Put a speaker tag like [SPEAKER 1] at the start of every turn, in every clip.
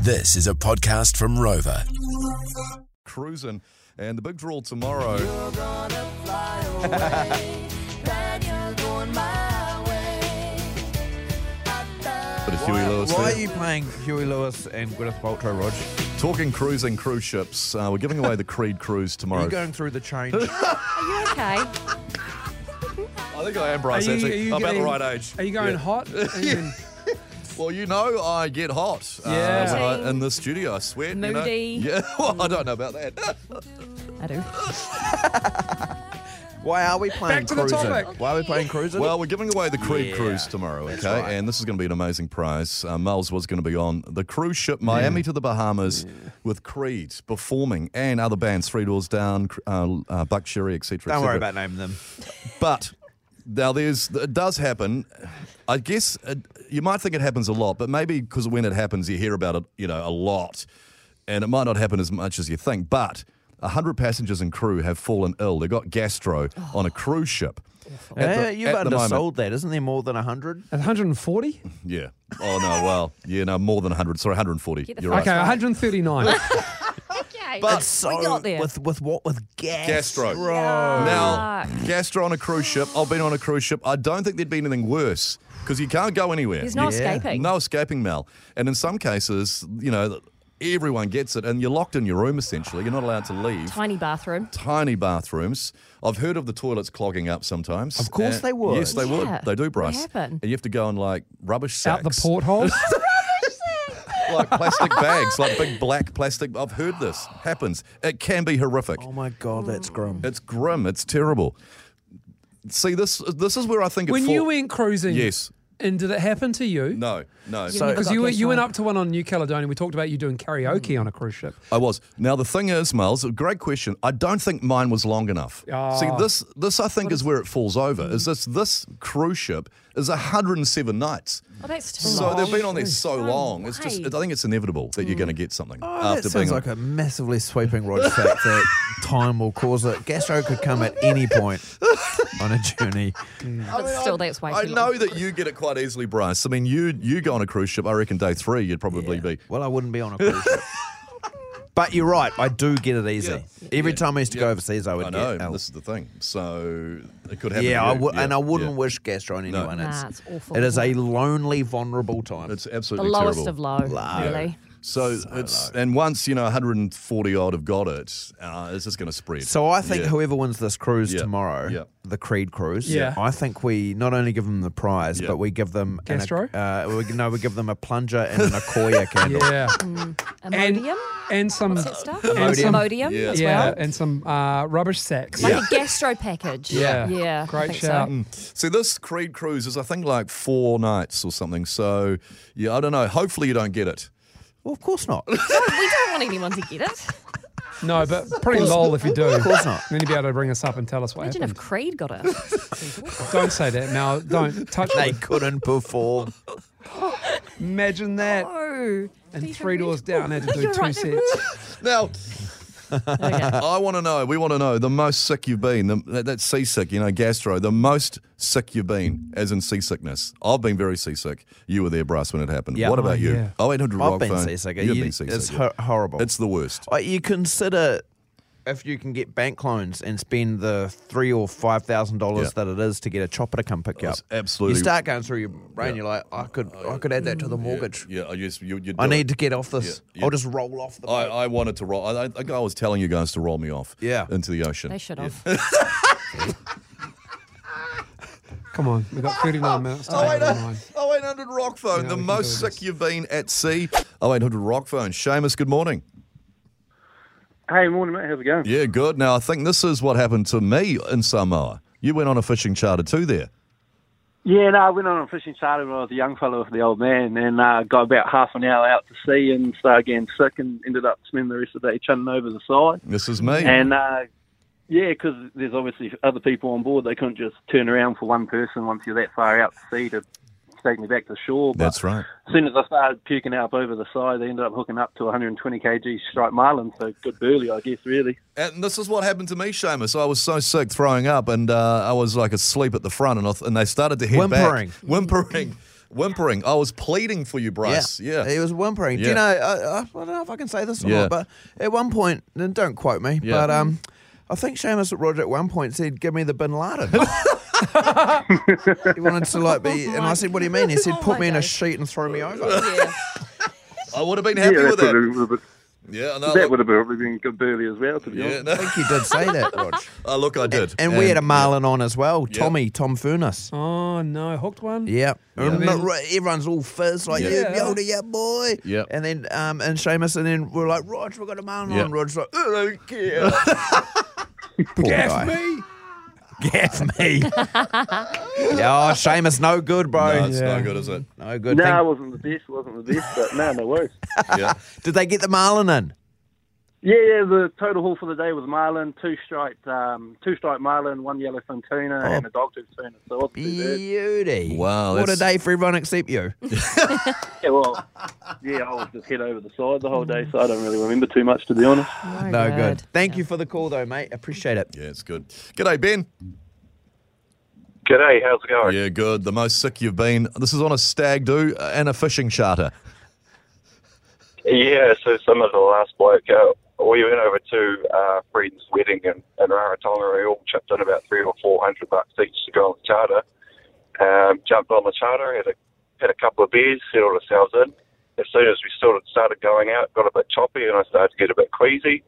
[SPEAKER 1] This is a podcast from Rover.
[SPEAKER 2] cruising. And the big draw tomorrow. Bit of Huey Lewis
[SPEAKER 3] Why are
[SPEAKER 2] there.
[SPEAKER 3] you playing Huey Lewis and Gwyneth Paltrow, Rog?
[SPEAKER 2] Talking cruising cruise ships. Uh, we're giving away the Creed cruise
[SPEAKER 3] Are
[SPEAKER 2] tomorrow.
[SPEAKER 3] you going through the change?
[SPEAKER 4] Okay.
[SPEAKER 2] I think I am, Bryce,
[SPEAKER 5] Are you-
[SPEAKER 2] actually.
[SPEAKER 5] are you
[SPEAKER 2] I'm
[SPEAKER 5] getting-
[SPEAKER 2] about the right age.
[SPEAKER 5] Are you going
[SPEAKER 2] Yeah.
[SPEAKER 5] hot? Are you in-
[SPEAKER 2] Well, you know I get hot uh,
[SPEAKER 5] Yeah.
[SPEAKER 2] when I- in the studio. I sweat.
[SPEAKER 4] Moody.
[SPEAKER 2] You know? Yeah, well, I don't know about that.
[SPEAKER 4] I do.
[SPEAKER 3] Why are we playing
[SPEAKER 5] Back to the
[SPEAKER 3] cruising?
[SPEAKER 5] topic.
[SPEAKER 3] Why are we playing cruising?
[SPEAKER 2] Well, we're giving away the Creed
[SPEAKER 3] Yeah,
[SPEAKER 2] cruise tomorrow, okay?
[SPEAKER 3] right.
[SPEAKER 2] And this is going to be an amazing prize. Uh, Miles was going to be on the cruise ship Miami
[SPEAKER 5] Mm.
[SPEAKER 2] to the Bahamas with Creed performing and other bands, Three Doors Down, Cr- uh, uh, Buck Sherry, etc.
[SPEAKER 3] don't worry
[SPEAKER 2] etc..
[SPEAKER 3] about naming them.
[SPEAKER 2] But now there's it does happen. I guess it, you might think it happens a lot, but maybe because when it happens, you hear about it, you know, a lot, and it might not happen as much as you think. But hundred passengers and crew have fallen ill. They got gastro on a cruise ship. At
[SPEAKER 3] Yeah,
[SPEAKER 2] the-
[SPEAKER 3] Oh. you've
[SPEAKER 2] at the moment-
[SPEAKER 3] undersold that. Isn't there more than 100?
[SPEAKER 5] 140?
[SPEAKER 2] Yeah. Oh no. Well, yeah. No, more than 100. Sorry, 140.
[SPEAKER 4] Get the
[SPEAKER 2] You're
[SPEAKER 4] fuck
[SPEAKER 2] right.
[SPEAKER 5] Okay, 139.
[SPEAKER 4] Okay.
[SPEAKER 2] But-
[SPEAKER 4] It's so, we got there.
[SPEAKER 3] With, with what? With gas.
[SPEAKER 2] Gastro.
[SPEAKER 3] Right.
[SPEAKER 2] Now, gastro on a cruise ship. I've been on a cruise ship. I don't think there'd be anything worse because you can't go anywhere.
[SPEAKER 4] There's no
[SPEAKER 3] Yeah.
[SPEAKER 4] escaping.
[SPEAKER 2] No escaping, Mel. And in some cases, you know, everyone gets it, and you're locked in your room essentially. You're not allowed to leave.
[SPEAKER 4] Tiny bathroom.
[SPEAKER 2] Tiny bathrooms. I've heard of the toilets clogging up sometimes.
[SPEAKER 3] Of course
[SPEAKER 2] Uh,
[SPEAKER 3] they would.
[SPEAKER 2] Yes, they
[SPEAKER 4] Yeah,
[SPEAKER 2] would. They do,
[SPEAKER 4] they
[SPEAKER 2] Bryce.
[SPEAKER 4] happen.
[SPEAKER 2] And you have to go in like rubbish
[SPEAKER 5] Out
[SPEAKER 2] sacks,
[SPEAKER 5] the porthole.
[SPEAKER 2] like plastic bags, like big black plastic. I've heard this happens. It can be horrific.
[SPEAKER 3] Oh my God, that's grim.
[SPEAKER 2] It's grim. It's terrible. See, this this is where I think it
[SPEAKER 5] when
[SPEAKER 2] fall-
[SPEAKER 5] you went cruising,
[SPEAKER 2] Yes.
[SPEAKER 5] and did it happen to you?
[SPEAKER 2] No, no.
[SPEAKER 4] You've
[SPEAKER 2] So
[SPEAKER 4] never
[SPEAKER 5] Because
[SPEAKER 4] got
[SPEAKER 5] you, went- you went
[SPEAKER 4] gastro.
[SPEAKER 5] up to one on New Caledonia. We talked about you doing karaoke on a cruise ship.
[SPEAKER 2] I was. Now the thing is, Miles, a great question. I don't think mine was long enough.
[SPEAKER 5] Ah.
[SPEAKER 2] See, this this I think is where it falls over. Is this this cruise ship is 107 nights.
[SPEAKER 4] Oh, that's too
[SPEAKER 2] So
[SPEAKER 4] long.
[SPEAKER 2] they've been on there so
[SPEAKER 4] No
[SPEAKER 2] long. It's just
[SPEAKER 4] way.
[SPEAKER 2] I think it's inevitable that you're going to get something
[SPEAKER 3] Oh, that
[SPEAKER 2] after
[SPEAKER 3] sounds
[SPEAKER 2] being on-
[SPEAKER 3] like a massively sweeping Rog fact that time will cause it. Gastro could come at any point on a journey.
[SPEAKER 4] But still, that's way too
[SPEAKER 2] I know
[SPEAKER 4] long.
[SPEAKER 2] that you get it quite easily, Bryce. I mean, you you go on a cruise ship. I reckon day three you'd probably be.
[SPEAKER 3] Well, I wouldn't be on a cruise ship. But you're right, I do get it easy.
[SPEAKER 2] Yeah.
[SPEAKER 3] Every
[SPEAKER 2] Yeah.
[SPEAKER 3] time I used to
[SPEAKER 2] Yeah.
[SPEAKER 3] go overseas, I would
[SPEAKER 2] I know.
[SPEAKER 3] get ill.
[SPEAKER 2] This is the thing. So it could happen.
[SPEAKER 3] Yeah,
[SPEAKER 2] to
[SPEAKER 3] I
[SPEAKER 2] you.
[SPEAKER 3] would, and I wouldn't
[SPEAKER 2] yeah.
[SPEAKER 3] wish gastro on anyone.
[SPEAKER 4] Nah,
[SPEAKER 3] else.
[SPEAKER 4] it's awful.
[SPEAKER 3] It is a lonely, vulnerable time.
[SPEAKER 2] It's
[SPEAKER 4] The
[SPEAKER 2] absolutely
[SPEAKER 4] lowest
[SPEAKER 2] terrible.
[SPEAKER 4] of low,
[SPEAKER 3] Low.
[SPEAKER 4] really.
[SPEAKER 2] So, it's and once you know 140 odd have got it, uh, it's just going to spread.
[SPEAKER 3] so I think
[SPEAKER 2] Yeah.
[SPEAKER 3] whoever wins this cruise
[SPEAKER 2] Yeah.
[SPEAKER 3] tomorrow,
[SPEAKER 2] Yeah.
[SPEAKER 3] the Creed cruise,
[SPEAKER 5] Yeah.
[SPEAKER 3] I think we not only give them the prize,
[SPEAKER 2] Yeah.
[SPEAKER 3] but we give them an-
[SPEAKER 5] Gastro?
[SPEAKER 3] uh, we, no, we give them a plunger and an Akoya candle.
[SPEAKER 5] Yeah. and,
[SPEAKER 4] Imodium?
[SPEAKER 5] and some.
[SPEAKER 4] That stuff?
[SPEAKER 5] And some
[SPEAKER 4] Imodium
[SPEAKER 2] Yeah.
[SPEAKER 4] as
[SPEAKER 5] yeah,
[SPEAKER 4] well.
[SPEAKER 5] and some uh, rubbish sacks.
[SPEAKER 4] Like a gastro package.
[SPEAKER 5] Yeah.
[SPEAKER 4] Yeah. I
[SPEAKER 5] Great
[SPEAKER 4] think so.
[SPEAKER 5] shout.
[SPEAKER 2] See, this Creed cruise is I think like four nights or something. So yeah, I don't know. Hopefully you don't get it.
[SPEAKER 3] Well, of course not.
[SPEAKER 4] We don't want anyone to get it.
[SPEAKER 5] No, but pretty lol if you do. Of
[SPEAKER 3] course not.
[SPEAKER 5] Then you'd be able to bring us up and tell us what
[SPEAKER 4] Imagine if
[SPEAKER 5] happened.
[SPEAKER 4] Creed got it.
[SPEAKER 5] Don't say that now. Don't touch
[SPEAKER 3] they
[SPEAKER 5] it.
[SPEAKER 3] couldn't perform.
[SPEAKER 5] Imagine that.
[SPEAKER 4] Oh.
[SPEAKER 5] And three doors down, had to do
[SPEAKER 4] You're
[SPEAKER 5] two
[SPEAKER 4] right, Oh, they're
[SPEAKER 5] sets.
[SPEAKER 2] Now
[SPEAKER 4] Okay.
[SPEAKER 2] I want to know. We want to know the most sick you've been. The, that, that's seasick, you know, gastro. The most sick you've been, as in seasickness. I've been very seasick. You were there, Bryce, when it happened.
[SPEAKER 3] Yeah.
[SPEAKER 2] What about
[SPEAKER 3] Oh,
[SPEAKER 2] you?
[SPEAKER 5] yeah.
[SPEAKER 2] Oh, 800
[SPEAKER 3] I've
[SPEAKER 2] rock
[SPEAKER 3] been
[SPEAKER 2] phone.
[SPEAKER 3] seasick.
[SPEAKER 2] You've
[SPEAKER 3] You-
[SPEAKER 2] been seasick.
[SPEAKER 3] It's
[SPEAKER 2] yeah.
[SPEAKER 3] hor- horrible.
[SPEAKER 2] it's the worst.
[SPEAKER 3] Like, you consider if you can get bank loans and spend the three or five thousand
[SPEAKER 2] Yeah.
[SPEAKER 3] dollars that it is to get a chopper to come pick you up.
[SPEAKER 2] It's absolutely-
[SPEAKER 3] You start going through your brain. You're like, I could, I could add that to the mortgage.
[SPEAKER 2] Yeah, I just you. you'd
[SPEAKER 3] I
[SPEAKER 2] do it.
[SPEAKER 3] need to get off this.
[SPEAKER 2] Yeah, Oh, yeah.
[SPEAKER 3] I'll just roll off the.
[SPEAKER 2] I,
[SPEAKER 3] boat.
[SPEAKER 2] I wanted to roll. I, I think I was telling you guys to roll me off.
[SPEAKER 3] Yeah.
[SPEAKER 2] Into the ocean.
[SPEAKER 4] They should have.
[SPEAKER 5] Come on, we've got 39 minutes to
[SPEAKER 2] Oh,
[SPEAKER 5] make
[SPEAKER 2] wait,
[SPEAKER 5] it online.
[SPEAKER 2] oh, 0800 Rock Phone,
[SPEAKER 5] Yeah,
[SPEAKER 2] the
[SPEAKER 5] we can
[SPEAKER 2] most
[SPEAKER 5] do
[SPEAKER 2] sick you've been at sea. 0800 Rock Phone. Seamus, good morning.
[SPEAKER 6] Hey, morning, mate. How's it going?
[SPEAKER 2] Yeah, good. Now, I think this is what happened to me in Samoa. You went on a fishing charter too there.
[SPEAKER 6] Yeah, no, I went on a fishing charter when I was a young fellow with the old man and uh, got about half an hour out to sea and started getting sick and ended up spending the rest of the day chunning over the side.
[SPEAKER 2] This is me.
[SPEAKER 6] And uh, yeah, because there's obviously other people on board. They couldn't just turn around for one person once you're that far out to sea to take me back to shore. But
[SPEAKER 2] That's right.
[SPEAKER 6] As soon as I started puking up over the side, they ended up hooking up to 120 kg striped marlin. So good burley, I guess, really.
[SPEAKER 2] And this is what happened to me, Seamus. I was so sick throwing up, and uh, I was like asleep at the front, and, I th- and they started to head
[SPEAKER 3] Whimpering.
[SPEAKER 2] back. Whimpering. Whimpering. I was pleading for you, Bryce. Yeah.
[SPEAKER 3] He was whimpering. Do
[SPEAKER 2] Yeah.
[SPEAKER 3] you know, I, I I don't know if I can say this or
[SPEAKER 2] Yeah.
[SPEAKER 3] not, but at one point, and don't quote me,
[SPEAKER 2] Yeah.
[SPEAKER 3] but um, I think Seamus Roger at one point said, Give me the bin Laden. he wanted to like be, and I said, What do you mean? He said,
[SPEAKER 4] Oh
[SPEAKER 3] Put
[SPEAKER 4] my
[SPEAKER 3] me in a
[SPEAKER 4] days.
[SPEAKER 3] sheet and throw me over.
[SPEAKER 4] Yeah.
[SPEAKER 2] I would have been happy
[SPEAKER 6] yeah,
[SPEAKER 2] with
[SPEAKER 6] that
[SPEAKER 2] that.
[SPEAKER 6] would have been,
[SPEAKER 2] Yeah, no,
[SPEAKER 6] that
[SPEAKER 2] look,
[SPEAKER 6] would have probably been good burly as well, to be
[SPEAKER 2] yeah,
[SPEAKER 6] honest.
[SPEAKER 3] I
[SPEAKER 2] no.
[SPEAKER 3] think he did say that, Rog.
[SPEAKER 2] Oh, look, I did.
[SPEAKER 3] And we had a Marlin on as well,
[SPEAKER 2] Yeah.
[SPEAKER 3] Tommy, Tom Furness.
[SPEAKER 5] Oh no, hooked one.
[SPEAKER 3] Yeah. And
[SPEAKER 5] Yeah.
[SPEAKER 3] not re- everyone's all fizzed, like,
[SPEAKER 2] Yeah.
[SPEAKER 3] yeah,
[SPEAKER 5] Yeah.
[SPEAKER 3] yo, yeah, boy.
[SPEAKER 2] Yeah.
[SPEAKER 3] And then, um, and Seamus, and then we're like, Rog, we've got a man
[SPEAKER 2] Yeah.
[SPEAKER 3] on. Rog's like, I don't care. Poor
[SPEAKER 5] Gaff
[SPEAKER 3] guy.
[SPEAKER 5] me.
[SPEAKER 3] Gaff me. yeah, oh, Seamus, no good, bro.
[SPEAKER 2] No, it's
[SPEAKER 5] Yeah.
[SPEAKER 2] no good, is it?
[SPEAKER 3] No good.
[SPEAKER 6] no, it
[SPEAKER 3] Thank-
[SPEAKER 6] wasn't the best, wasn't the best, but no, no worries.
[SPEAKER 2] Yeah.
[SPEAKER 3] Did they get the Marlin in?
[SPEAKER 6] Yeah, yeah, the total haul for the day was marlin, two striped, um, two striped marlin, one yellowfin tuna,
[SPEAKER 7] Oh.
[SPEAKER 6] and a dogtooth tuna. So it wasn't too bad.
[SPEAKER 3] Beauty.
[SPEAKER 2] Wow,
[SPEAKER 3] What a
[SPEAKER 2] that's-
[SPEAKER 3] day for everyone except you.
[SPEAKER 6] Yeah, well, yeah, I was just head over the side the whole day, so I don't really remember too much, to be honest.
[SPEAKER 3] No good. Thank you for the call, though, mate. Appreciate it.
[SPEAKER 2] Yeah, it's good. G'day, Ben.
[SPEAKER 8] G'day, how's it going?
[SPEAKER 2] Yeah, good. The most sick you've been. This is on a stag do uh, and a fishing charter.
[SPEAKER 8] Yeah, so some of the last bloke, uh, we went over to uh, Freed's wedding in, in Rarotonga. We all chipped in about three or four hundred bucks each to go on the charter. Um, jumped on the charter, had a, had a couple of beers, settled ourselves in. As soon as we sort of started going out, got a bit choppy and I started to get a bit queasy.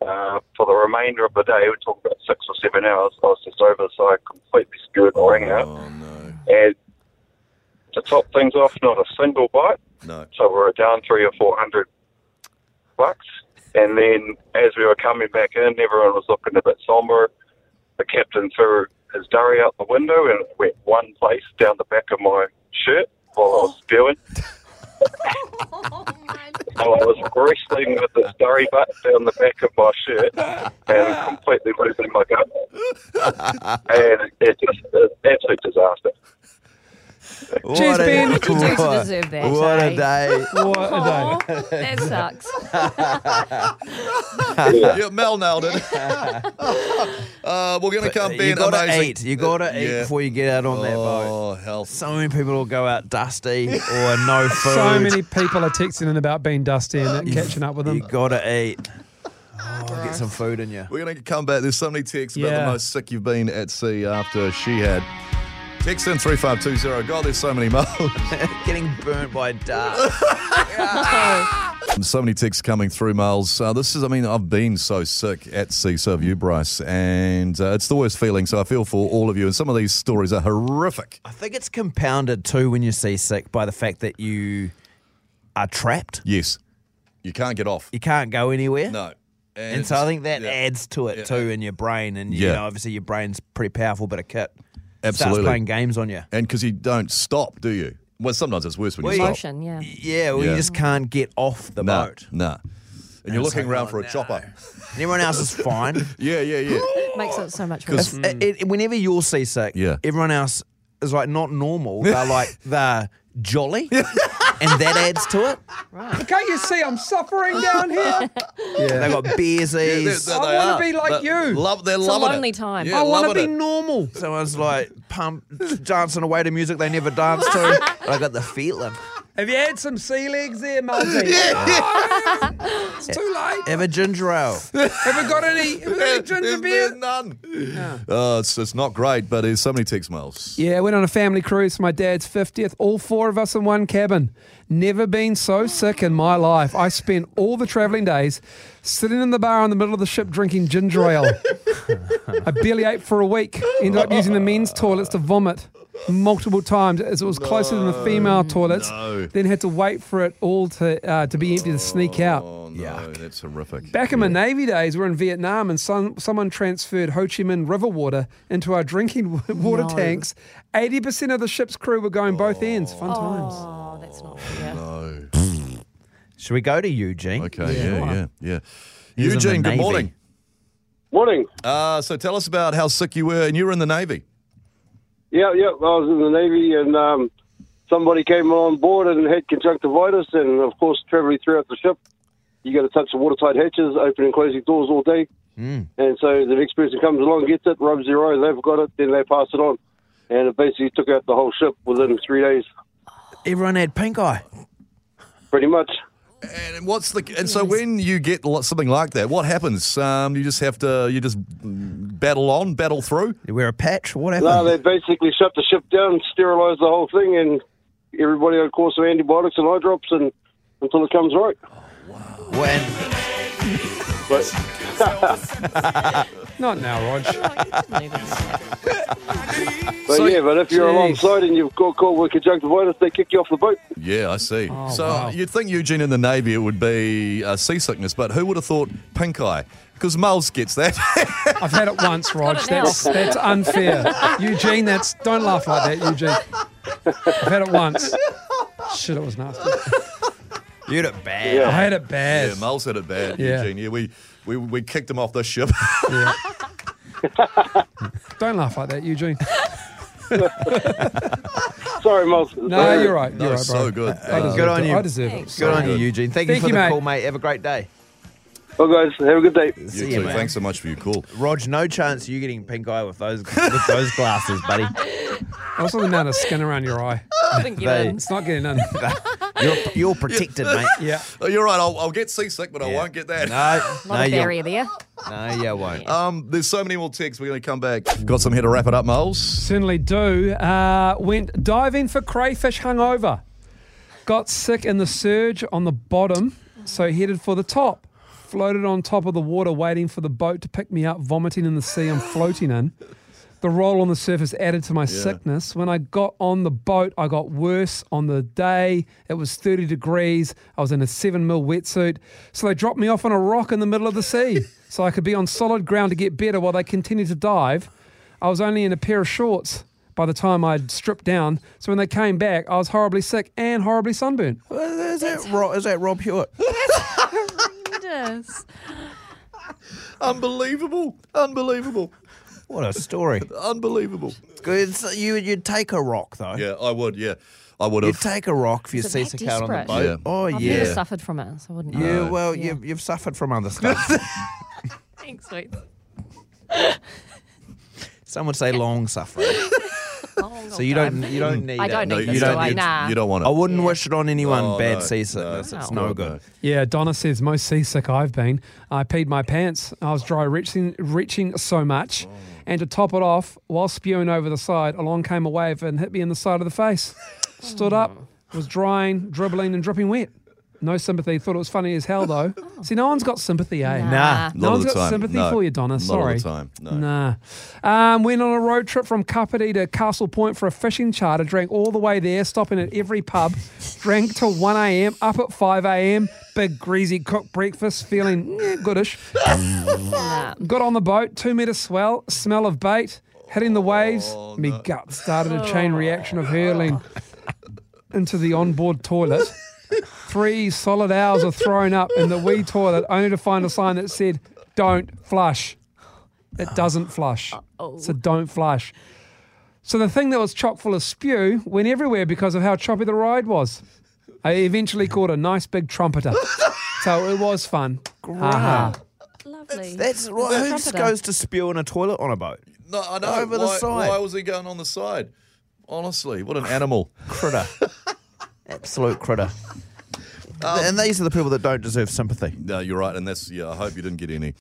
[SPEAKER 8] Uh, for the remainder of the day, we're talking about six or seven hours, I was just over the side, completely screwed the ring out.
[SPEAKER 2] Oh, no.
[SPEAKER 8] And to top things off, not a single bite.
[SPEAKER 2] No.
[SPEAKER 8] So we were down three or four hundred bucks. And then as we were coming back in, everyone was looking a bit somber. The captain threw his durry out the window and it went one place down the back of my shirt while I was spewing. So I was wrestling with this durry butt down the back of my shirt and completely losing my gut. And it just, it's an absolute disaster.
[SPEAKER 3] What a-
[SPEAKER 5] Ben.
[SPEAKER 4] What did you do to
[SPEAKER 3] what-
[SPEAKER 4] deserve that,
[SPEAKER 3] What a
[SPEAKER 4] eh?
[SPEAKER 3] day.
[SPEAKER 5] What a day.
[SPEAKER 4] Aw, that sucks.
[SPEAKER 2] Yeah, Mel nailed it. uh, we're going to come, Ben.
[SPEAKER 3] you gotta
[SPEAKER 2] Amazing.
[SPEAKER 3] eat. You gotta eat
[SPEAKER 2] Yeah.
[SPEAKER 3] before you get out on that boat.
[SPEAKER 2] Oh, health.
[SPEAKER 3] So many people will go out dusty or no food.
[SPEAKER 5] So many people are texting in about being dusty and
[SPEAKER 3] You-
[SPEAKER 5] catching up with
[SPEAKER 3] You
[SPEAKER 5] them.
[SPEAKER 3] gotta eat. Oh, get some food in you.
[SPEAKER 2] We're going to come back. There's so many texts about
[SPEAKER 5] Yeah.
[SPEAKER 2] the most sick you've been at sea after she had. Text in 3520. God, there's so many more.
[SPEAKER 3] Getting burnt by dark.
[SPEAKER 2] So many texts coming through, Miles. Uh, this is, I mean, I've been so sick at sea, so have you, Bryce, and uh, it's the worst feeling. So I feel for all of you. And some of these stories are horrific.
[SPEAKER 3] I think it's compounded too when you're seasick by the fact that you are trapped.
[SPEAKER 2] Yes, you can't get off.
[SPEAKER 3] You can't go anywhere.
[SPEAKER 2] No, and,
[SPEAKER 3] And so I think that
[SPEAKER 2] yeah,
[SPEAKER 3] adds to it
[SPEAKER 2] Yeah.
[SPEAKER 3] too in your brain. And you
[SPEAKER 2] Yeah.
[SPEAKER 3] know, obviously your brain's a pretty powerful bit of kit.
[SPEAKER 2] Absolutely.
[SPEAKER 3] Starts playing games on you.
[SPEAKER 2] and because you don't stop, do you? Well, sometimes it's worse when you
[SPEAKER 3] Well,
[SPEAKER 2] stop.
[SPEAKER 4] Emotion, yeah.
[SPEAKER 3] Yeah, well
[SPEAKER 2] Yeah.
[SPEAKER 3] you just can't get off the
[SPEAKER 2] No,
[SPEAKER 3] boat.
[SPEAKER 2] no. And you're
[SPEAKER 3] it's
[SPEAKER 2] looking
[SPEAKER 3] like,
[SPEAKER 2] around
[SPEAKER 3] oh,
[SPEAKER 2] for a
[SPEAKER 3] no.
[SPEAKER 2] chopper.
[SPEAKER 3] And everyone else is fine.
[SPEAKER 2] Yeah, yeah, yeah.
[SPEAKER 4] Makes it so much
[SPEAKER 3] If-
[SPEAKER 4] worse.
[SPEAKER 3] it- it- whenever you're seasick,
[SPEAKER 2] Yeah.
[SPEAKER 3] everyone else is like not normal. They're like they're jolly, and that adds to it.
[SPEAKER 5] Can't you see I'm suffering down here?
[SPEAKER 3] They got beersies.
[SPEAKER 5] I wanna be like you.
[SPEAKER 2] Love, they're
[SPEAKER 4] It's a
[SPEAKER 2] loving it.
[SPEAKER 4] lonely time.
[SPEAKER 2] Yeah,
[SPEAKER 4] I
[SPEAKER 5] wanna
[SPEAKER 2] loving it.
[SPEAKER 5] normal.
[SPEAKER 3] Someone's like pump dancing away to music they never danced to. I got the feeling.
[SPEAKER 5] Have you had some sea legs there, Mulsey? it's too late.
[SPEAKER 3] Have a ginger ale.
[SPEAKER 5] Have we got any, have we got any ginger
[SPEAKER 2] There's been
[SPEAKER 5] beer?
[SPEAKER 2] none. Uh, it's, it's not great, but there's so many text mails.
[SPEAKER 5] Yeah, went on a family cruise for my dad's 50th, all four of us in one cabin. Never been so sick in my life. I spent all the travelling days sitting in the bar in the middle of the ship drinking ginger ale. I barely ate for a week. Ended up using the men's toilets to vomit multiple times as it was closer than the female toilets.
[SPEAKER 2] no.
[SPEAKER 5] Then had to wait for it all to, uh, to be empty to sneak out.
[SPEAKER 2] Oh, no, that's horrific.
[SPEAKER 5] Back in my Navy days, we are in Vietnam, and some, someone transferred Ho Chi Minh River water into our drinking w- water
[SPEAKER 4] No.
[SPEAKER 5] tanks. 80% of the ship's crew were going both ends. Fun times.
[SPEAKER 4] Oh, that's not fair.
[SPEAKER 2] No.
[SPEAKER 3] Should we go to Eugene?
[SPEAKER 2] Okay, yeah, yeah, yeah.
[SPEAKER 3] in the
[SPEAKER 2] Eugene, good
[SPEAKER 3] Navy.
[SPEAKER 2] morning.
[SPEAKER 7] Morning.
[SPEAKER 2] Uh, so tell us about how sick you were, and you were in the Navy.
[SPEAKER 7] Yeah, yeah. I was in the Navy and um, somebody came on board and had conjunctivitis. And of course, traveling throughout the ship, you got to touch the watertight hatches, open and closing doors all day. Mm. And so the next person comes along, gets it, rubs their eye, they've got it, then they pass it on. And it basically took out the whole ship within three days.
[SPEAKER 3] Everyone had pink eye.
[SPEAKER 7] pretty much.
[SPEAKER 2] And what's the and so when you get lo- something like that, what happens? Um, you just have to you just battle on, battle through.
[SPEAKER 3] You wear a patch. What happened?
[SPEAKER 7] No, they basically shut the ship down, sterilise the whole thing, and everybody had a course of antibiotics and eye drops and until it comes right.
[SPEAKER 3] When
[SPEAKER 7] But
[SPEAKER 5] Not now, Rog.
[SPEAKER 4] Oh,
[SPEAKER 7] But
[SPEAKER 2] So-
[SPEAKER 7] yeah, but if you're
[SPEAKER 5] Jeez.
[SPEAKER 7] alongside and you've got caught with conjunctivitis, they kick you off the boat.
[SPEAKER 2] Yeah, I see. so
[SPEAKER 5] wow.
[SPEAKER 2] you'd think Eugene in the Navy it would be uh, seasickness, but who would have thought pink eye? Because Miles gets that.
[SPEAKER 5] I've had it once, Rog.
[SPEAKER 4] it now.
[SPEAKER 5] That's that's unfair. Eugene, that's don't laugh like that, Eugene. I've had it once. Shit, it was nasty.
[SPEAKER 3] you had it bad.
[SPEAKER 5] I
[SPEAKER 7] Yeah.
[SPEAKER 5] had it
[SPEAKER 2] yeah,
[SPEAKER 5] bad.
[SPEAKER 2] Miles had it bad,
[SPEAKER 5] Yeah.
[SPEAKER 2] Eugene. Yeah, we, we we kicked him off this ship.
[SPEAKER 5] Yeah. don't laugh like that, Eugene.
[SPEAKER 7] Sorry, Miles.
[SPEAKER 5] No, you're right. You're
[SPEAKER 2] no,
[SPEAKER 5] right, bro.
[SPEAKER 2] so good. Uh,
[SPEAKER 5] I deserved
[SPEAKER 3] Good on
[SPEAKER 5] it.
[SPEAKER 3] you.
[SPEAKER 5] I deserve it.
[SPEAKER 3] Good on you, Eugene. Thank,
[SPEAKER 5] Thank
[SPEAKER 3] you for
[SPEAKER 5] you,
[SPEAKER 3] the
[SPEAKER 5] mate.
[SPEAKER 3] call, mate. Have a great day.
[SPEAKER 7] Well, guys, have a good day.
[SPEAKER 2] you
[SPEAKER 3] See you,
[SPEAKER 2] too.
[SPEAKER 3] mate.
[SPEAKER 2] Thanks so much for your call.
[SPEAKER 3] Rog, no chance you getting pink eye with those with those glasses, buddy.
[SPEAKER 5] Also, the amount of skin around your eye.
[SPEAKER 3] They-
[SPEAKER 5] It's not getting in.
[SPEAKER 3] You're, you're protected, mate.
[SPEAKER 5] Yeah.
[SPEAKER 2] Oh, you're right. I'll, I'll get seasick, but I
[SPEAKER 3] Yeah.
[SPEAKER 2] won't get that.
[SPEAKER 3] No,
[SPEAKER 4] Not
[SPEAKER 3] no,
[SPEAKER 4] a
[SPEAKER 3] you
[SPEAKER 4] barrier there.
[SPEAKER 3] no, you won't.
[SPEAKER 2] Um, there's so many more texts. We're going to come back. Got some here to wrap it up, Miles.
[SPEAKER 5] Certainly do. Uh, went diving for crayfish hungover. Got sick in the surge on the bottom, so headed for the top. Floated on top of the water, waiting for the boat to pick me up, vomiting in the sea I'm floating in. The roll on the surface added to my sickness. When I got on the boat, I got worse on the day. It was 30 degrees. I was in a 7 mil wetsuit. So they dropped me off on a rock in the middle of the sea so I could be on solid ground to get better while they continued to dive. I was only in a pair of shorts by the time I'd stripped down. So when they came back, I was horribly sick and horribly sunburnt.
[SPEAKER 3] Is that Rob, is that Rob Hewitt?
[SPEAKER 4] Yes.
[SPEAKER 2] Unbelievable. Unbelievable.
[SPEAKER 3] What a story.
[SPEAKER 2] Unbelievable.
[SPEAKER 3] Good. So you, you'd take a rock, though.
[SPEAKER 2] Yeah, I would. Yeah, I would
[SPEAKER 3] You'd
[SPEAKER 2] have.
[SPEAKER 3] take a rock if you're
[SPEAKER 4] Is it that
[SPEAKER 3] seasick out on the
[SPEAKER 4] desperate?
[SPEAKER 3] boat.
[SPEAKER 2] Yeah.
[SPEAKER 3] Oh,
[SPEAKER 4] I've
[SPEAKER 3] yeah.
[SPEAKER 4] never suffered from it, so I wouldn't know.
[SPEAKER 3] Yeah, well,
[SPEAKER 4] Yeah.
[SPEAKER 3] You've, you've suffered from other stuff.
[SPEAKER 4] Thanks, sweet.
[SPEAKER 3] Some would say long suffering.
[SPEAKER 4] Long
[SPEAKER 3] so you
[SPEAKER 4] time.
[SPEAKER 3] don't you don't need
[SPEAKER 4] I
[SPEAKER 3] it.
[SPEAKER 4] don't need
[SPEAKER 3] you
[SPEAKER 4] this,
[SPEAKER 3] don't
[SPEAKER 4] do I?
[SPEAKER 3] need-
[SPEAKER 4] Nah.
[SPEAKER 2] you don't want it.
[SPEAKER 3] I wouldn't wish it on anyone.
[SPEAKER 2] Oh,
[SPEAKER 3] Bad
[SPEAKER 2] no, Oh,
[SPEAKER 3] seasickness.
[SPEAKER 2] no,
[SPEAKER 3] it's
[SPEAKER 2] no,
[SPEAKER 3] no
[SPEAKER 2] no.
[SPEAKER 3] good.
[SPEAKER 5] Yeah, Donna says most seasick I've been. I peed my pants. I was dry retching, retching so much, and to top it off, while spewing over the side, along came a wave and hit me in the side of the face. Stood up, was drying, dribbling, and dripping wet. No sympathy. Thought it was funny as hell though. See, no one's got sympathy, eh?
[SPEAKER 3] Nah.
[SPEAKER 2] Not
[SPEAKER 5] No
[SPEAKER 2] all
[SPEAKER 5] one's
[SPEAKER 2] the
[SPEAKER 5] got
[SPEAKER 2] time.
[SPEAKER 5] sympathy
[SPEAKER 2] No,
[SPEAKER 5] for you, Donna.
[SPEAKER 2] not all
[SPEAKER 5] Sorry.
[SPEAKER 2] the time. No.
[SPEAKER 5] Nah. Um, went on a road trip from Kapiti to Castle Point for a fishing charter. Drank all the way there, stopping at every pub. drank till 1 a.m., up at 5 a.m. Big greasy cooked breakfast, feeling eh, goodish.
[SPEAKER 4] Nah.
[SPEAKER 5] Got on the boat, two metre swell, smell of bait, hitting the waves. Me gut started a chain reaction of hurling into the onboard toilet. Three solid hours of throwing up in the wee toilet, only to find a sign that said, don't flush. It doesn't flush. So don't flush. So the thing that was chock full of spew went everywhere because of how choppy the ride was. I eventually caught a nice big trumpeter. so it was fun. Ha ha.
[SPEAKER 4] Lovely.
[SPEAKER 3] That's
[SPEAKER 4] It's
[SPEAKER 3] right.
[SPEAKER 4] a
[SPEAKER 3] Who just
[SPEAKER 4] trumpeter.
[SPEAKER 3] goes to spew in a toilet on a boat?
[SPEAKER 2] No, I know.
[SPEAKER 3] Over the
[SPEAKER 2] why,
[SPEAKER 3] side.
[SPEAKER 2] Why was he going on the side? Honestly, what an animal.
[SPEAKER 3] Critter. Absolute critter. and these are the people that don't deserve sympathy.
[SPEAKER 2] No, you're right, and that's yeah. I hope you didn't get any.